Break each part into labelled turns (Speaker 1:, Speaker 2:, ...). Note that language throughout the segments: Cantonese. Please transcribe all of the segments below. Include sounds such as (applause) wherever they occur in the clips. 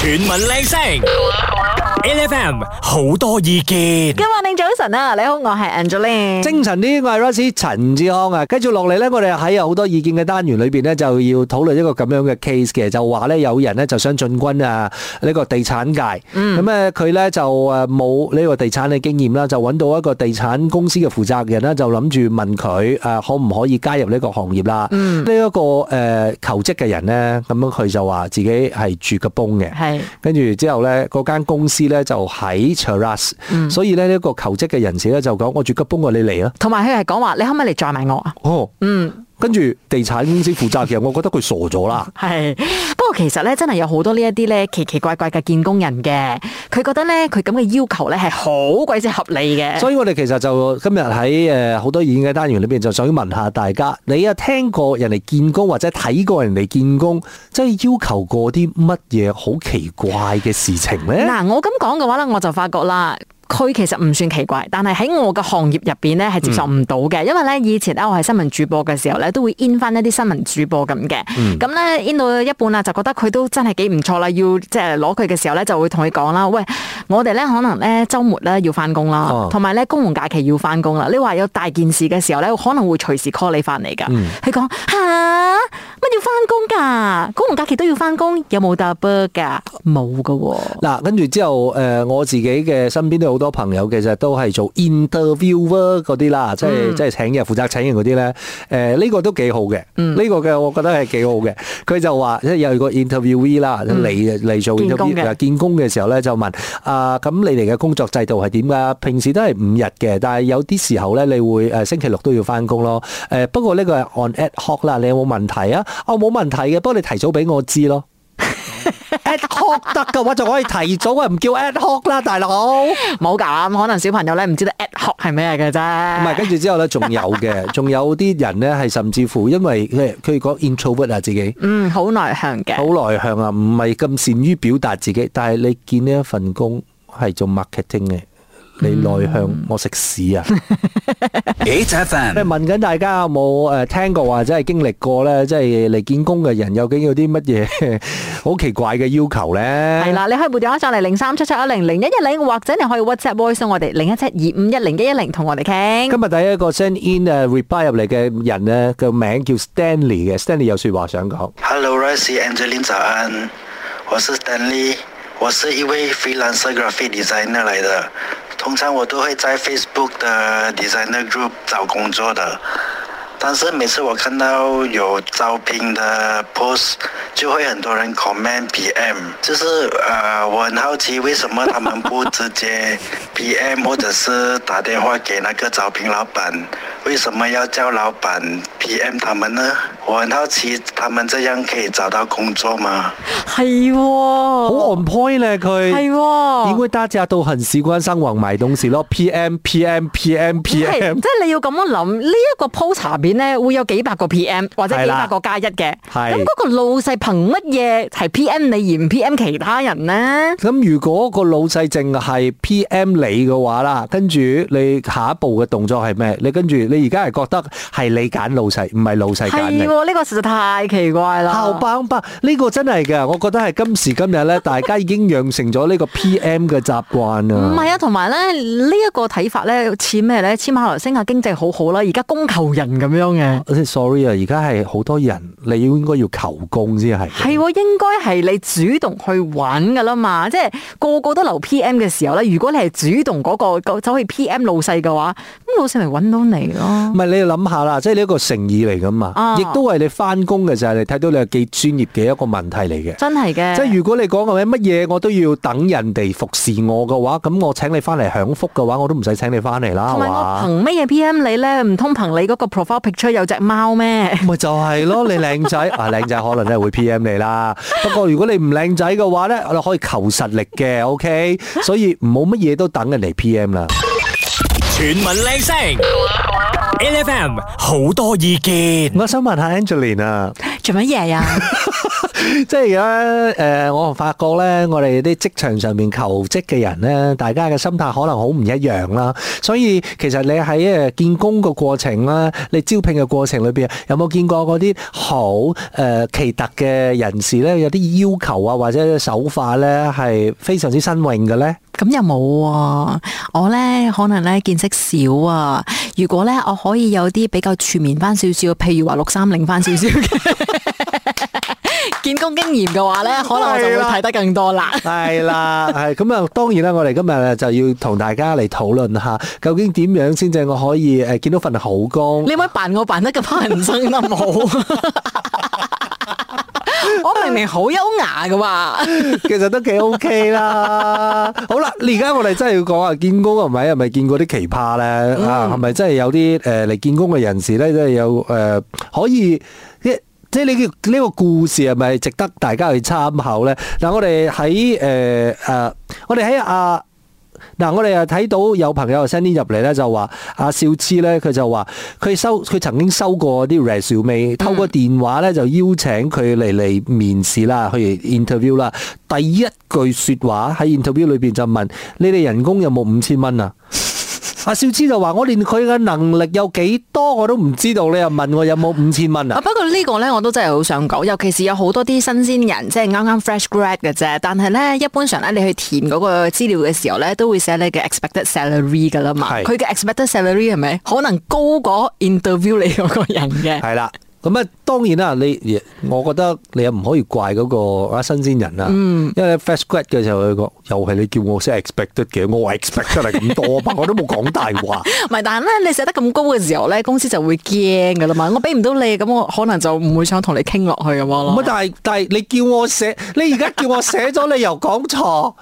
Speaker 1: 全民靚聲，LFM 好多意見
Speaker 2: 今。日你早晨啊，你好，我係 Angeline。
Speaker 3: 精神啲，我係 Rosie 陳志康啊。跟住落嚟呢，我哋喺有好多意見嘅單元裏邊呢，就要討論一個咁樣嘅 case 嘅，就話呢，有人呢就想進軍啊呢個地產界，咁誒佢呢就誒冇呢個地產嘅經驗啦，就揾到一個地產公司嘅負責人啦，就諗住問佢誒可唔可以加入呢個行業啦。呢一個誒求職嘅人呢，咁樣佢就話自己係住個崩嘅。
Speaker 2: 係
Speaker 3: 跟住之後咧，嗰間公司咧就喺 Cheras，、所以咧呢個求職嘅人士咧就講：我住吉崩啊過你嚟啦。
Speaker 2: 同埋佢係講話，你可唔可以嚟載埋我啊？
Speaker 3: 哦，
Speaker 2: 嗯，
Speaker 3: 跟住地產公司負責嘅人，我覺得佢傻
Speaker 2: (laughs)
Speaker 3: 咗啦。
Speaker 2: 係。不過其實咧，真係有好多呢一啲咧奇奇怪怪嘅見工人嘅，佢覺得咧佢咁嘅要求咧係好鬼之合理嘅。
Speaker 3: 所以我哋其實就今日喺誒好多意見嘅單元裏邊，就想問下大家，你有聽過人哋見工或者睇過人哋見工，即係要求過啲乜嘢好奇怪嘅事情呢？
Speaker 2: 嗱，我咁講嘅話咧，我就發覺啦。佢其實唔算奇怪，但係喺我嘅行業入邊咧係接受唔到嘅，因為咧以前咧我係新聞主播嘅時候咧都會 in 翻一啲新聞主播咁嘅，咁咧 in 到一半啦就覺得佢都真係幾唔錯啦，要即係攞佢嘅時候咧就會同佢講啦，喂，我哋咧可能咧週末咧要翻工啦
Speaker 3: 哦，
Speaker 2: 同埋咧公共假期要翻工啦，你話有大件事嘅時候咧可能會隨時 call 你翻嚟㗎，佢講吓，乜要翻工㗎？公共假期都要翻工，有冇 double 㗎？冇㗎喎。
Speaker 3: 嗱，跟住之後，誒、我自己嘅身邊都有好多朋友，其實都係做 interviewer 嗰啲啦，即係、即係請人負責請人嗰啲咧。誒、呢、個都幾好嘅，呢、個嘅我覺得係幾好嘅。佢就話即係有個 interviewee 啦，嚟嚟做
Speaker 2: 見工嘅
Speaker 3: interview 見工嘅時候咧，就問啊，咁你哋嘅工作制度係點㗎？平時都係五日嘅，但係有啲時候咧，你會誒星期六都要翻工咯。誒、不過呢個係 on ad hoc 啦，你有冇問題啊？我冇問題嘅，不過你提早俾我知咯。ad hoc 得嘅話就可以提早啊，唔叫 ad hoc 啦，大佬。唔
Speaker 2: 冇啊咁，可能小朋友咧唔知道 ad hoc 係咩嘅啫。唔
Speaker 3: 係，跟住之後咧，仲有嘅，仲有啲人咧係甚至乎因為佢佢講 introvert 啊，自己
Speaker 2: 嗯，好內向嘅
Speaker 3: 好。內向啊，唔係咁善於表達自己。但係你見呢一份工係做 marketing 嘅，你內向，我食屎啊！
Speaker 2: (laughs)
Speaker 3: 即係
Speaker 1: HFM
Speaker 3: 問緊大家有冇誒聽過或者係經歷過咧，即係嚟見工嘅人究竟有啲乜嘢 (laughs) 好奇怪嘅要求咧？
Speaker 2: 係啦，你可以撥電話上嚟零三七七一零零一一零，或者你可以 WhatsApp voice 我哋零一七二五一零一一零，同我哋傾。
Speaker 3: 今日第一個 send in 誒 reply 入嚟嘅人咧，個名叫 Stanley 嘅，Stanley 有説話想講。
Speaker 4: Hello, Rice Angeline，早安，我是 Stanley，我是一位 freelancer graphic designer 来的。通常我都会在 Facebook 的 designer group 找工作的，但是每次我看到有招聘的 post，就会很多人 comment PM，就是呃，我很好奇为什么他们不直接 (laughs) PM 或者是打电话给那个招聘老板，为什么要叫老板 PM 他们呢？我很好奇他们这样可以找到工作吗？
Speaker 2: 係
Speaker 3: 好
Speaker 2: 喎，
Speaker 3: on point 咧，佢
Speaker 2: 係
Speaker 3: 因
Speaker 2: 喎。
Speaker 3: 為大家都很習慣上網買東西咯，PM PM
Speaker 2: 係
Speaker 3: PM PM
Speaker 2: 即。係你要咁樣諗，呢一個 post 下邊咧會有幾百個 PM 或者幾百個加一嘅。
Speaker 3: 係
Speaker 2: 咁嗰個老細憑乜嘢係 PM 你而唔 PM 其他人呢？
Speaker 3: 咁如果個老細淨係 PM 你嘅話啦，跟住你下一步嘅動作係咩？你跟住你而家係覺得係你揀老細，唔係老細揀
Speaker 2: 係
Speaker 3: 你。
Speaker 2: 喎，呢個實在太奇怪啦。
Speaker 3: 校棒棒呢個真係嘅，我覺得係今時今日咧，大家已經養成咗呢個 PM 嘅習慣
Speaker 2: 唔
Speaker 3: 啊。
Speaker 2: 係啊，同埋咧呢一個睇法咧似咩咧？似馬來西亞經濟好好啦，而家供求人咁樣嘅。
Speaker 3: sorry 啊，而家係好多人，你要應該要求工先係。
Speaker 2: 係喎，應該係你主動去揾噶啦嘛，即係個個都留 P.M. 嘅時候咧，如果你係主動嗰、個個走去 P.M. 老細嘅話，咁老細咪揾到你咯
Speaker 3: 唔。係你諗下啦，即係呢一個誠意嚟噶嘛
Speaker 2: 啊，
Speaker 3: 亦都係你翻工嘅就係你睇到你係幾專業嘅一個問題嚟嘅。
Speaker 2: 真係嘅，
Speaker 3: 即係如果你講嘅咩乜嘢我都要等人哋服侍我嘅話，咁我請你翻嚟享福嘅話，我都唔使請你翻嚟啦，
Speaker 2: 同
Speaker 3: 係
Speaker 2: 埋我
Speaker 3: 嘛？
Speaker 2: 憑乜嘢 P.M. 你咧？唔通憑你嗰個 profile picture 有隻貓咩？
Speaker 3: 咪就係咯，你
Speaker 2: (laughs)
Speaker 3: 靚仔啊，靚仔可能真係會 P.M. 你啦。不過如果你唔靚仔嘅話咧，我哋可以求實力嘅，OK。所以唔好乜嘢都等人嚟 P.M. 啦。
Speaker 1: 全民靚聲，LFM 好多意見。
Speaker 3: 我想問下 Angeline 啊，
Speaker 2: 做乜嘢呀？
Speaker 3: 即係而家誒，我發覺咧，我哋啲職場上面求職嘅人咧，大家嘅心態可能好唔一樣啦。所以其實你喺誒呃見工嘅過程啦，你招聘嘅過程裏邊，有冇見過嗰啲好誒、呃奇特嘅人士咧？有啲要求啊，或者手法咧係非常之新穎嘅咧？
Speaker 2: 咁又冇啊！我咧可能咧見識少啊。如果咧我可以有啲比較全面翻少少，譬如話六三零翻少少嘅見工經驗嘅話咧，可能我就會睇得更多啦。
Speaker 3: 系啦，系咁啊！當然啦，我哋今日就要同大家嚟討論下，究竟點樣先至我可以诶见到份好工？
Speaker 2: 你咪扮我扮得咁乞人憎得冇？我明明好優雅噶嘛，
Speaker 3: 其實都幾 OK 啦。好啦，而家我哋真係要講啊，見工係咪係咪見過啲奇葩咧？啊，係咪真係有啲诶嚟見工嘅人士咧，真係有诶、呃可以一即係呢個呢個故事係咪值得大家去參考咧？嗱、我哋喺诶诶，我哋喺啊。嗱，我哋又睇到有朋友 send 啲入嚟咧，就話阿少芝咧，佢就話佢收佢曾經收過啲 resume，透過電話咧就邀請佢嚟嚟面試啦，去 interview 啦。第一句説話喺 interview 裏邊就問：你哋人工有冇五千蚊啊？阿少芝就話：我連佢嘅能力有幾多我都唔知道，你又問我有冇五千蚊
Speaker 2: 啊
Speaker 3: 啊？
Speaker 2: 不過呢個咧我都真係好想講，尤其是有好多啲新鮮人，即係啱啱 fresh grad 嘅啫。但係咧，一般上咧你去填嗰個資料嘅時候咧，都會寫你嘅 expected salary 噶啦嘛。
Speaker 3: 係
Speaker 2: 佢嘅 expected salary 係咪可能高過 interview 你嗰個人嘅？
Speaker 3: 係啦。咁啊，當然啦，你我覺得你又唔可以怪嗰個啊新鮮人啊，因為 fresh grad 嘅時候佢講，又係你叫我先 expect 得嘅，我話 expect 得係咁多，啊 (laughs) 不過我都冇講大話。
Speaker 2: 唔係，但係咧你寫得咁高嘅時候咧，公司就會驚噶啦嘛。我俾唔到你，咁我可能就唔會想同你傾落去咁樣
Speaker 3: 唔係，
Speaker 2: 咯。
Speaker 3: 啊但係但係你叫我寫，你而家叫我寫咗，你又講錯，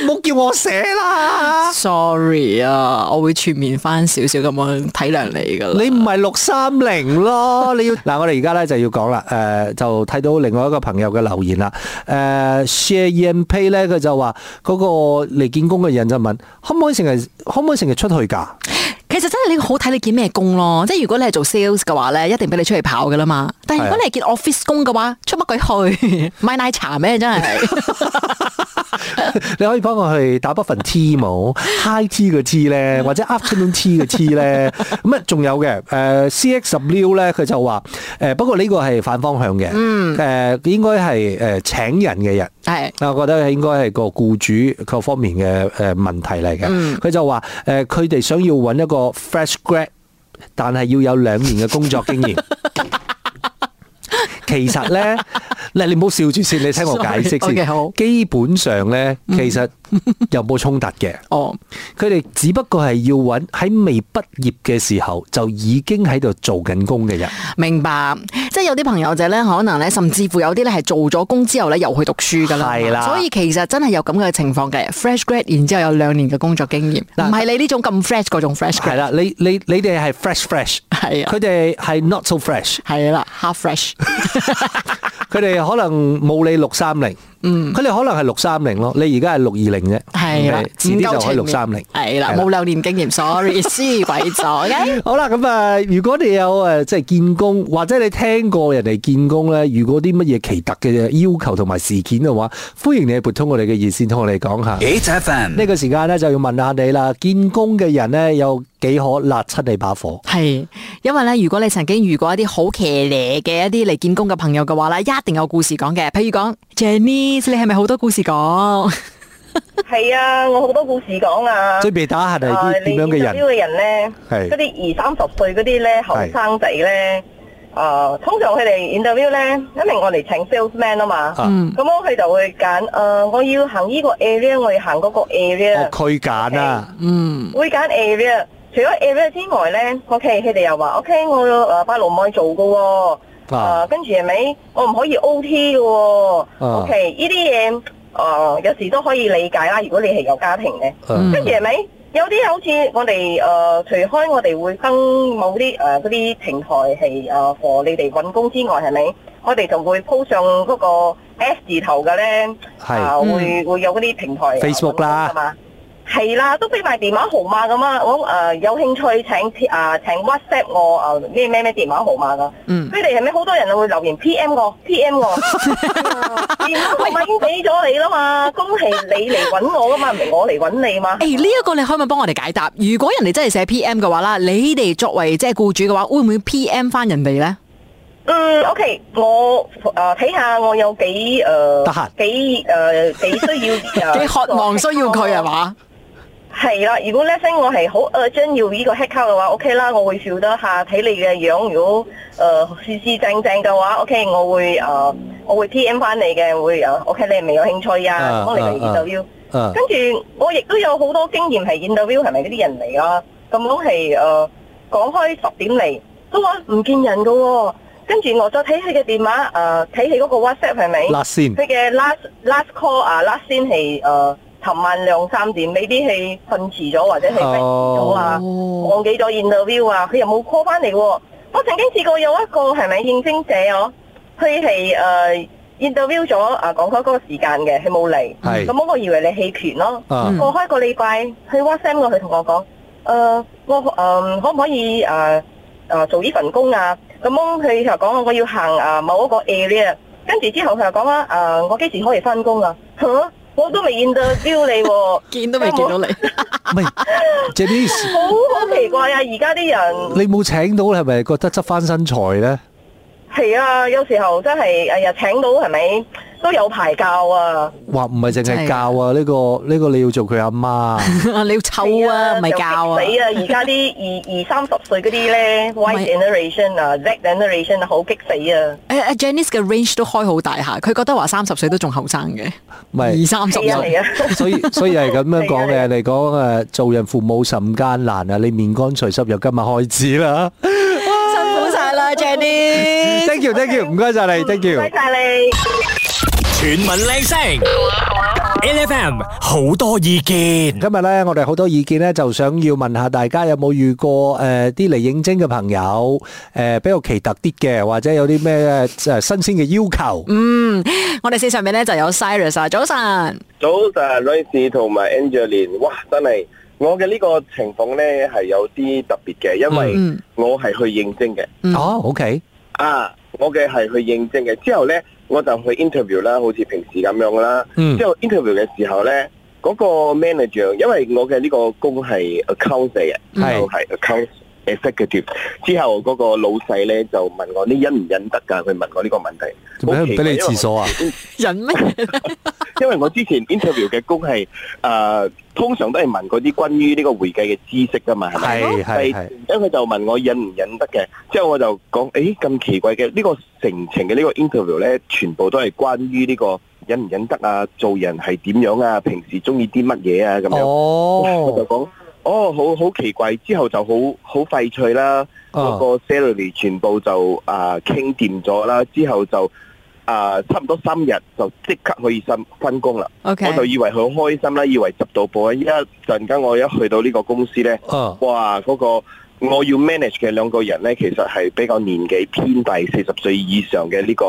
Speaker 3: 你唔好叫我寫啦。
Speaker 2: Sorry 啊，我會全面翻少少咁樣體諒你噶啦。
Speaker 3: 你唔係六三零咯，你要嗱，我哋而家咧就要講啦，誒、就睇到另外一個朋友嘅留言啦，誒 share e pay 咧，佢就話嗰個嚟見工嘅人就問，可唔可以成日可唔可以成日出去㗎？
Speaker 2: 其實真係你好睇你見咩工咯，即係如果你係做 sales 嘅話咧，一定俾你出去跑噶啦嘛。但係如果你係見 office 工嘅話，出乜鬼去 (laughs) 買奶茶咩？真係
Speaker 3: (laughs) 你可以幫我去打一份 tea 冇 high tea 嘅 tea 咧，或者 afternoon tea 嘅 tea 咧，咁啊仲有嘅誒、CXW 咧，佢就話誒、不過呢個係反方向嘅，誒、應該係誒、請人嘅人。
Speaker 2: 係
Speaker 3: 啊我覺得應該係個僱主各方面嘅誒問題嚟嘅。佢、就話誒，佢、哋想要揾一個 fresh grad，但係要有兩年嘅工作經驗。其實咧，嗱你唔好笑住先，你聽我解釋先。
Speaker 2: Sorry，OK，好
Speaker 3: 基本上咧，其實有冇衝突嘅？
Speaker 2: 哦，
Speaker 3: 佢哋只不過係要揾喺未畢業嘅時候就已經喺度做緊工嘅人。
Speaker 2: 明白。即係有啲朋友仔咧，可能咧，甚至乎有啲咧係做咗工之後咧，又去讀書噶啦。
Speaker 3: 係啦
Speaker 2: 所以其實真係有咁嘅情況嘅，fresh grad，然之後有兩年嘅工作經驗，
Speaker 3: 嗱
Speaker 2: 唔係你呢種咁 fresh 嗰種 fresh
Speaker 3: 係
Speaker 2: grad，
Speaker 3: 啦，你你你哋係 fresh fresh，
Speaker 2: 係啊
Speaker 3: 佢哋係 not so fresh。
Speaker 2: 係啦，half
Speaker 3: (laughs)
Speaker 2: fresh。
Speaker 3: 佢哋可能冇你六三零，嗯，佢哋可能係六三零咯，你而家係六二零啫，
Speaker 2: 係啦
Speaker 3: OK，，遲啲就可以六三零，
Speaker 2: 係啦，
Speaker 3: 係啦
Speaker 2: 冇兩年經驗，sorry，輸 (laughs) 鬼咗嘅。
Speaker 3: 好啦，咁啊，如果你有誒即係見工，或者你聽過人哋見工咧，遇過啲乜嘢奇特嘅要求同埋事件嘅話，歡迎你撥通我哋嘅熱線同我哋
Speaker 2: (laughs)
Speaker 3: 講下。
Speaker 1: 8FM
Speaker 3: 呢個時間咧就要問下你啦，見工嘅人咧有幾可辣出你把火？
Speaker 2: 系，因為咧，如果你曾經遇過一啲好騎呢嘅一啲嚟見工嘅朋友嘅話咧，一定有故事講嘅。譬如講 Jenny，你係咪好多故事講？
Speaker 5: 係啊，我好多故事講啊。
Speaker 3: 最被打下係
Speaker 5: 啊
Speaker 3: 啲點樣嘅
Speaker 5: 你見到
Speaker 3: 人？
Speaker 5: 呢個人
Speaker 3: 係
Speaker 5: 咧，嗰啲二三十歲嗰啲咧後生仔咧，啊，通常佢哋 interview 咧，因為我哋請 salesman 啊嘛，
Speaker 3: 啊
Speaker 5: 咁我佢就會揀，誒，我要行呢個 area，我要行嗰個
Speaker 3: 哦
Speaker 5: area，
Speaker 3: 佢揀啊，
Speaker 2: 嗯，
Speaker 5: 會揀 area。除咗 area 之外咧，OK，佢哋又話，OK，我 ờ, 誒八路妹做㗎喎。
Speaker 3: 啊
Speaker 5: 啊，跟住係咪我唔可以 O T 嘅喎？O
Speaker 3: Ờ.
Speaker 5: K，呢啲嘢啊，有時都可以理解啦。如果你係有家庭嘅，
Speaker 3: 嗯
Speaker 5: 跟住係咪有啲好似我哋誒、呃除開我哋會登某啲誒嗰啲平台係誒 for 你哋揾工之外，係咪我哋就會 po 上嗰個 S 字頭嘅咧？
Speaker 3: 係
Speaker 5: 啊，會會有嗰啲平台啊
Speaker 3: Facebook 啦
Speaker 5: 揾工㗎嘛？係啦，都俾埋電話號碼咁啊！我誒、呃有興趣請啊請 WhatsApp 我啊咩咩咩電話號碼噶。
Speaker 2: 嗯
Speaker 5: 佢哋係咪好多人會留言 PM 我 PM 我？電話號碼已經俾咗你啦嘛，恭喜你嚟揾我噶嘛，唔係我嚟揾你嘛。
Speaker 2: 诶，呢一個你可唔可以幫我哋解答？如果人哋真係寫 P.M. 嘅話啦，你哋作為即係僱主嘅話，會唔會 P.M. 翻人哋咧？
Speaker 5: 嗯，OK，我誒睇下我有幾誒呃
Speaker 3: 得閒
Speaker 5: 幾誒幾
Speaker 2: (laughs)
Speaker 5: 需要誒
Speaker 2: 你渴望需要佢係？嘛？
Speaker 5: 係啦，如果咧聲我係好呃 urgent 要呢個 head count 嘅話，OK 啦，我會 feel 得下睇你嘅樣，如果誒事事正正嘅話，OK，我會誒、呃我會 PM 翻你嘅，會誒、呃 OK，你係咪有興趣
Speaker 3: 啊
Speaker 5: 啊？咁我哋
Speaker 3: 啊
Speaker 5: 咪 interview。
Speaker 3: 啊
Speaker 5: 跟住我亦都有好多經驗係 interview 係咪嗰啲人嚟啦，咁樣係誒講開十點嚟，都話唔見人嘅喎、跟住我再睇佢嘅電話誒，睇佢嗰個 WhatsApp 係咪？
Speaker 3: 嗱先，
Speaker 5: 佢嘅 last last call 啊，last ờ, 先係誒，尋晚兩三點，呢啲係瞓遲咗或者係瞓咗
Speaker 3: Ờ.
Speaker 5: 啊，
Speaker 2: 哦
Speaker 5: 忘記咗 interview à, 啊，佢又冇 call 翻嚟喎。我曾經試過有一個係咪應徵者哦，佢係誒 ờ, interview ờ, 咗啊，講開嗰個時間嘅，佢冇嚟，
Speaker 3: 係
Speaker 5: 咁我以為你棄權咯。
Speaker 3: 啊
Speaker 2: 嗯
Speaker 5: 過開個禮拜，佢 WhatsApp 我，佢同我講，誒、我誒、可唔可以誒誒、做呢份工啊？咁樣佢就講我要行誒、某一個 area，跟住之後佢就講啦，誒、我幾時可以翻工啊？嚇我都未
Speaker 2: (laughs)
Speaker 5: interview 你喎、
Speaker 2: 見都未見到你，
Speaker 3: 唔係 Janice，
Speaker 5: (laughs) 好好奇怪啊！而家啲人
Speaker 3: 你冇請到係咪覺得執翻身材咧？
Speaker 5: 係啊，有時候真係哎呀請到係咪都有排教啊？
Speaker 3: 哇，唔係淨
Speaker 2: 真係
Speaker 3: 係教啊，呢個呢個你要做佢阿媽。
Speaker 2: (laughs) 你要湊啊，咪
Speaker 5: 係
Speaker 2: 教啊
Speaker 5: 就！激死啊！
Speaker 2: (laughs)
Speaker 5: 而家啲二二三十歲嗰啲咧
Speaker 2: 唔
Speaker 5: ，Y
Speaker 2: 係
Speaker 5: generation 啊，Z generation 啊，好激死啊！
Speaker 2: 诶阿 Janice 嘅 range 都開好大下，佢覺得話三十歲都仲後生嘅，
Speaker 3: 唔係
Speaker 2: 二三十
Speaker 5: 係啊
Speaker 2: 歲。
Speaker 5: 係啊。
Speaker 3: 所以所以係咁樣講
Speaker 5: 係
Speaker 3: 嘅，你講誒做人父母甚艱難啊！你面乾除濕由今日開始啦。
Speaker 2: 辛苦晒啦，Jenny。
Speaker 3: (laughs) Thank you，thank you，唔該晒你，thank you。
Speaker 5: 唔該晒你。
Speaker 1: 全民靚聲，L F M 好多意見。
Speaker 3: 今日咧，我哋好多意見咧，就想要問下大家有冇遇過誒啲嚟應徵嘅朋友，誒、比較奇特啲嘅，或者有啲咩誒新鮮嘅要求？
Speaker 2: 我哋線上面咧就有 Cyrus 啊，早晨。
Speaker 6: 早晨，Rice 同埋 Angeline，哇，真係我嘅呢個情況呢係有啲特別嘅，因為
Speaker 2: 嗯
Speaker 6: 我係去應徵嘅，
Speaker 2: 嗯
Speaker 3: 哦，OK，
Speaker 6: 啊，我嘅係去應徵嘅，之後呢，我就去 interview 啦，好似平時咁樣啦，
Speaker 3: 嗯
Speaker 6: 之後 interview 嘅時候呢，嗰、個 manager，因為我嘅呢個工係 account 嚟嘅，
Speaker 3: 係
Speaker 6: 就係 account。executive 之後嗰個老細呢，就問我你忍唔忍得㗎？佢問我呢個問題，
Speaker 3: 做
Speaker 6: 好
Speaker 3: 咩
Speaker 6: 奇
Speaker 3: 唔
Speaker 6: 怪
Speaker 3: 俾你廁所啊？
Speaker 2: 人咩？
Speaker 6: 因為我之前 interview 嘅工係誒、呃通常都係問嗰啲關於呢個會計嘅知識噶嘛，係
Speaker 3: 係
Speaker 6: 咪？
Speaker 3: 係
Speaker 6: 係
Speaker 3: 係，
Speaker 6: 因為佢就問我忍唔忍得嘅，之後我就講：，誒咁奇怪嘅，呢、個成程嘅呢個 interview 咧，全部都係關於呢個忍唔忍得啊，做人係點樣啊，平時中意啲乜嘢啊咁樣。我就
Speaker 3: 哦，
Speaker 6: 講：，哦，好好奇怪，之後就好好廢脆啦。嗰
Speaker 3: 哦，
Speaker 6: 個 salary 全部就啊傾掂咗啦，之後就啊差唔多三日就即刻可以分分工啦。
Speaker 2: OK
Speaker 6: 我就以為佢好開心啦，以為執到啊寶啦。一陣間我一去到呢個公司呢，
Speaker 3: 哦，
Speaker 6: 哇！嗰、個我要 manage 嘅兩個人呢，其實係比較年紀偏大四十歲以上嘅呢、個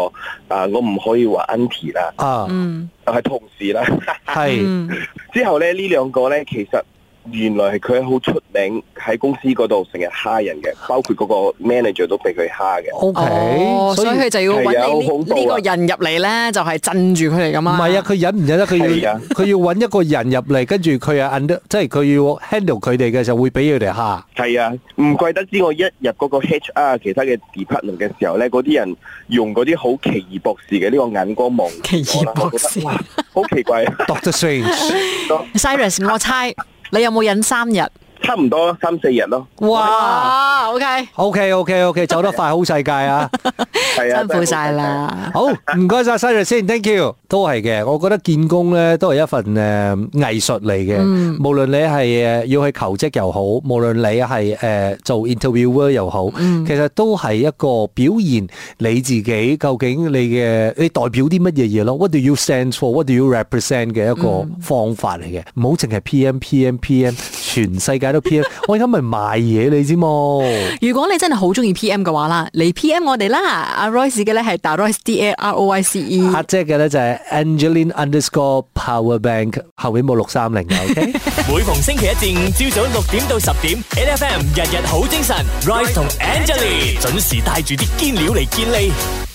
Speaker 6: 啊，我唔可以話 auntie 啦，
Speaker 3: 啊，
Speaker 2: 嗯，
Speaker 6: 係同事啦。 (laughs)
Speaker 3: 係，
Speaker 2: 嗯
Speaker 6: 之後咧，呢兩個呢，其實原來係佢好出名喺公司嗰度成日蝦人嘅，包括嗰個 manager 都俾佢蝦嘅。
Speaker 2: 哦，
Speaker 3: OK，
Speaker 2: 所以佢就要揾
Speaker 6: 係啊好恐
Speaker 2: 你
Speaker 6: 怖
Speaker 2: 呢
Speaker 6: 啊
Speaker 2: 呢個人入嚟咧，就係鎮住佢嚟咁
Speaker 3: 唔
Speaker 2: 啊。
Speaker 3: 係啊，佢忍唔忍得？佢
Speaker 6: 係
Speaker 3: 要
Speaker 6: 啊
Speaker 3: 佢要揾一個人入嚟，跟住佢啊 under，即係佢要 handle 佢哋嘅時候會俾佢哋蝦。
Speaker 6: 係啊，唔怪得知我一入嗰個 HR 其他嘅 department 嘅時候咧，嗰啲人用嗰啲好奇異博士嘅呢個眼光望
Speaker 2: 奇異
Speaker 6: 我啦，我
Speaker 2: 博士
Speaker 6: 覺得哇，好奇怪，啊
Speaker 3: Doctor
Speaker 6: (laughs)
Speaker 3: Strange，
Speaker 2: Cyrus，我猜你有冇忍三日？
Speaker 6: 差唔多三四日咯，
Speaker 3: 哇！
Speaker 2: 哇，OK，
Speaker 3: OK OK OK，走得快好世界啊！
Speaker 6: 係啊，
Speaker 2: 辛苦晒。啦。
Speaker 3: 好，唔該晒 Sir 先，thank you。都係嘅，我覺得見工咧都係一份誒藝術嚟嘅。
Speaker 2: 嗯
Speaker 3: 無論你係誒要去求職又好，無論你係誒做 interviewer 又好，
Speaker 2: 嗯
Speaker 3: 其實都係一個表現你自己究竟你嘅你代表啲乜嘢嘢咯？What do you stand
Speaker 2: 嗯
Speaker 3: for？What do you represent 嘅一個方法嚟嘅。唔好淨係 PM PM PM，全世界解到 P M，我 (laughs) 而家咪賣嘢你知冇？
Speaker 2: 如果你真係好中意 P.M. 嘅話啦，嚟 P.M. 我哋啦。阿 Royce 嘅咧係打 Royce D A R O Y C E。
Speaker 3: 阿姐嘅咧就係 Angeline underscore Power Bank，後面冇六三零嘅，OK？
Speaker 1: 每逢星期一至五朝早六點到十點，N F M 日日好精神，Rise 同 Angelie 準時帶住啲堅料嚟健利。